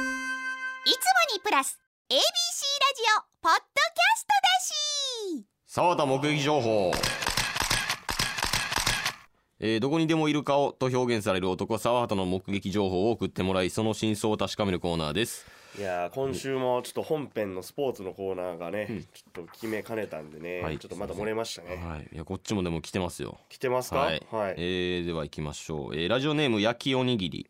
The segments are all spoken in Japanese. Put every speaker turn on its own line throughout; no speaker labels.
いつもにプラス ABC ラジオポッドキャストだし
沢田目撃情報、えーどこにでもいる顔と表現される男沢田の目撃情報を送ってもらいその真相を確かめるコーナーです
いやー今週もちょっと本編のスポーツのコーナーがね、ちょっと決めかねたんでね、
はい
ちょっとまだ漏れましたね。
はいいやこっちもでも来てますよ
来てますか？
は
はいい、、はい
えーでは行きましょう、えーラジオネーム焼きおにぎり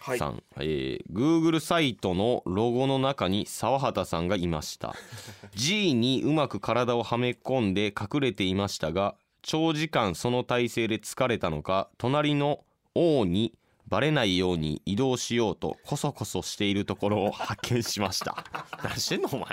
はい
さん、えー Google サイトのロゴの中に沢畑さんがいました G にうまく体をはめ込んで隠れていましたが長時間その体勢で疲れたのか隣の O にバレないように移動しようとコソコソしているところを発見しました 何してんのお前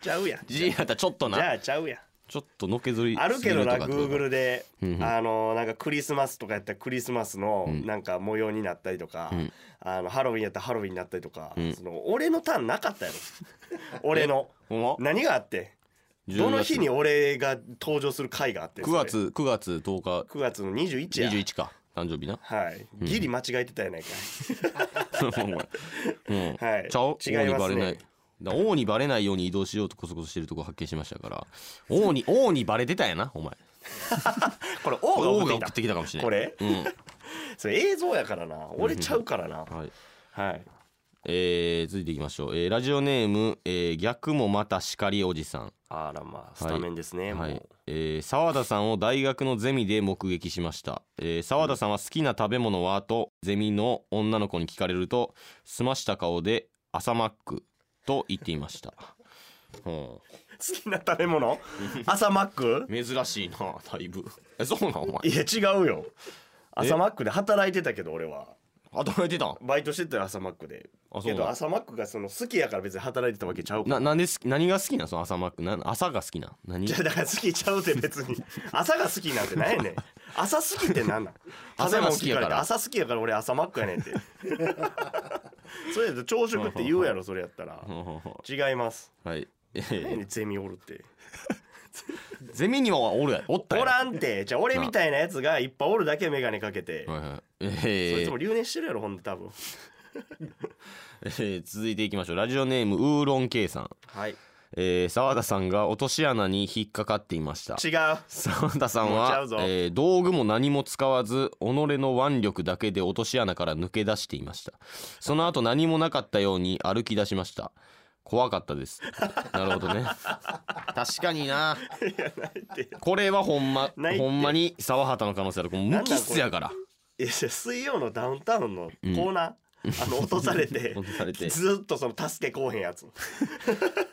ちゃうやん。
G やったらちょっと
じゃ
な
あちゃうやん。
ちょっとのけずり
あるけどな、
すぎるとかってこと
Google で、
うんうん
あのなんかクリスマスとかやったらクリスマスの
うん
なんか模様になったりとか、
うん
あのハロウィンやったらハロウィンになったりとか、
うん
その俺のターンなかった やろ。俺の
ほんま
何があって、どの日に俺が登場する回があって、
9月9月10
9月の21
日
や。
21か誕生日な
はい、ギリ間違えてたやないかい。
うん
はい
ちゃう
違い
王に
ま
バ
す
レない
ね。
だ王にバレないように移動しようとコソコソしてるとこ発見しましたから王に王にバレてたんやなお前
これ王が
王
送
が
っ
送
てき
ってきたかもしれ
た
ない
これ
う
それ映像やからな俺ちゃうからな、
んはい
はい
えー、続いていきましょう、えーラジオネーム、えー逆もまた叱りおじさん
あらまあスタメンですね、もう、
はい、えー澤田さんを大学のゼミで目撃しました、えー澤田さんは好きな食べ物はとゼミの女の子に聞かれるとすました顔で朝マックと言っていました、うん
好きな食べ 物朝マック
珍しいなだいぶえそうなんお前
いや違うよ朝マックで働いてたけど俺は
働いてたん
バイトしてたよ朝マックで
あそう
け
なん
ど朝マックがその好きやから別に働いてたわけちゃうから
ななんです何が好きなんその朝マックな朝が好きなん何
じゃあだから好きちゃうって別 に朝が好きなんてなんやねん朝好きってなんなん食べ
朝が
物
好き
聞
や
か
か
れて
ら
朝好きやから俺朝マックやね んってそれやったら朝食って言うやろそれやったら
ほうほうほ
違います
う はいえ
何やね
ー
んゼミおるって
ゼミにはおるやおった
お
や
らんてじゃあ俺みたいなやつがいっぱいおるだけ眼鏡かけて、
はいはいえ
そ
ー
いつも留年してるやろほんと多分
えー続いていきましょうラジオネームウーロン K さん
はい違
えー澤田さんが落とし穴に引っかかっていました
う
澤田さん
もうちゃ
は
うぞ、
えー道具も何も使わず己の腕力だけで落とし穴から抜け出していましたその後何もなかったように歩き出しました怖かったですなるほどね確かになこれはほんま
ないって
ほんまに沢畑の可能性あるこれ無機質やから
いや水曜のダウンタウンのコーナー、あの落とされて
落とされて
ずっとその助けこうへんやつ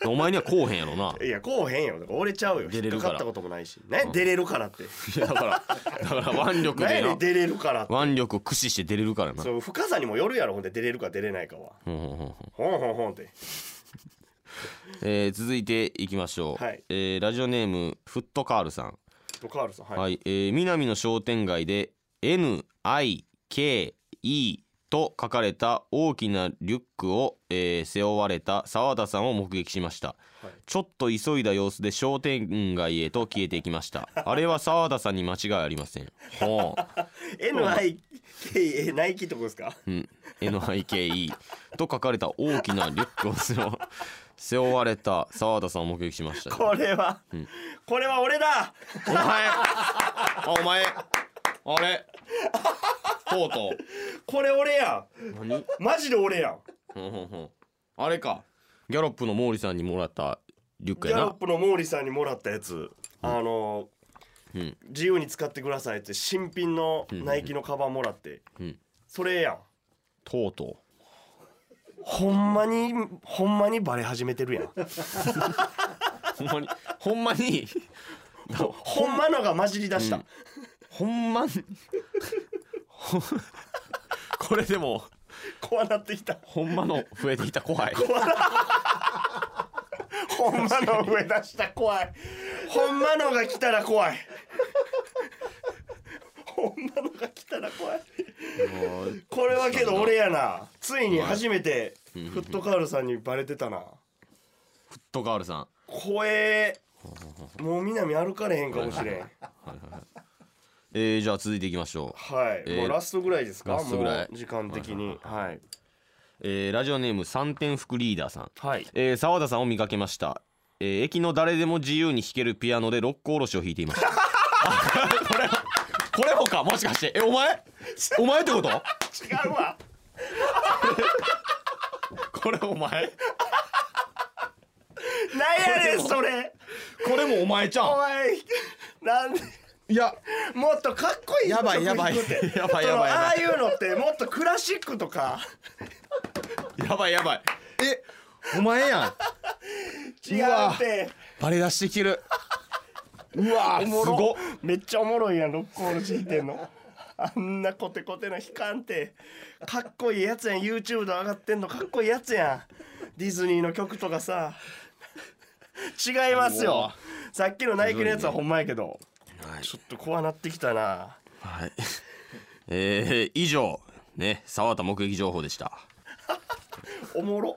お前にはこうへんやろない
やこうへんよ折れちゃうよ
出
引
れ
っ
る
か
から
かったこともないしね出れるからって
いやだからだから腕力
何
で
やねん
な
出れるからって
腕力を駆使して出れるからな
そう深さにもよるやろほんで出れるか出れないかは
ほんほんほんほん
ほんほんほんって
えー続いていきましょう、
はい
えーラジオネームフットカールさん、
カールさんはい、
はいえー南の商店街で NIKE と書かれた大きなリュックを、えー背負われた澤田さんを目撃しました、
はい
ちょっと急いだ様子で商店街へと消えていきましたあれは澤田さんに間違いありませんほう
NIKA ナイキってことですか
うん、NIKE と書かれた大きなリュックを背負背負われた澤田さんを目撃しました
これは、これは俺だ
お前あお前あれとうと
これ俺や
う何
んマジで俺やん
ほんほんほんあれかギャロップの毛利さんにもらったリュック
ギ
や
ャロッ
な
プの毛利さんにもらったやつ、あの
うん
自由に使ってくださいって新品のナイキのカバンもらって、
うん
それやん
とうと
ほんまにほんまにバレ始め てるやん
うほんまにほんまに
ほんまのが混じり出した、
うんほんまにほんこれでも
怖なって きた
ほんまの増えていた怖い
ほんまの上出した怖いほんまのが来たら怖いほんまのが来たら 怖いこれはけど俺やなついに初めてフットカールさんにバレてたな
とガールさん
怖えもう南歩かれへんかも しれん
えー、じゃあ続いていきましょう
はい、
えー
もうラストぐらいですか
ラストぐらい
もう時間的にはい、
えーラジオネーム三点福リーダーさん、
はい
えー沢田さんを見かけました、えー駅の誰でも自由に弾けるピアノで六甲おろしを弾いていました あこれこれ他もしかしてえお前お前ってこと
違うわ
これお前
なんやねん それ
これもお前ちゃ
お
ん
前なんで
いや
もっとかっこいい
やばい
曲
やばい
弾くって
やばいやばいやばい
そのああいうのってもっとクラシックとか
やばいやばいえお前やん
違うって
バレ出してきてるうわー
お
す
もろ
ごっ
めっちゃおもろいやんロックオール弾いてんのあんなコテコテの弾かんてかっこいいやつやん YouTube で上がってんのかっこいいやつやんディズニーの曲とかさ違います
う
よ
わ
さっきのナイキのやつはほんまやけど、
はい
ちょっと怖なってきたな
はい。えー、以上、ね、沢田目撃情報でした。
おもろ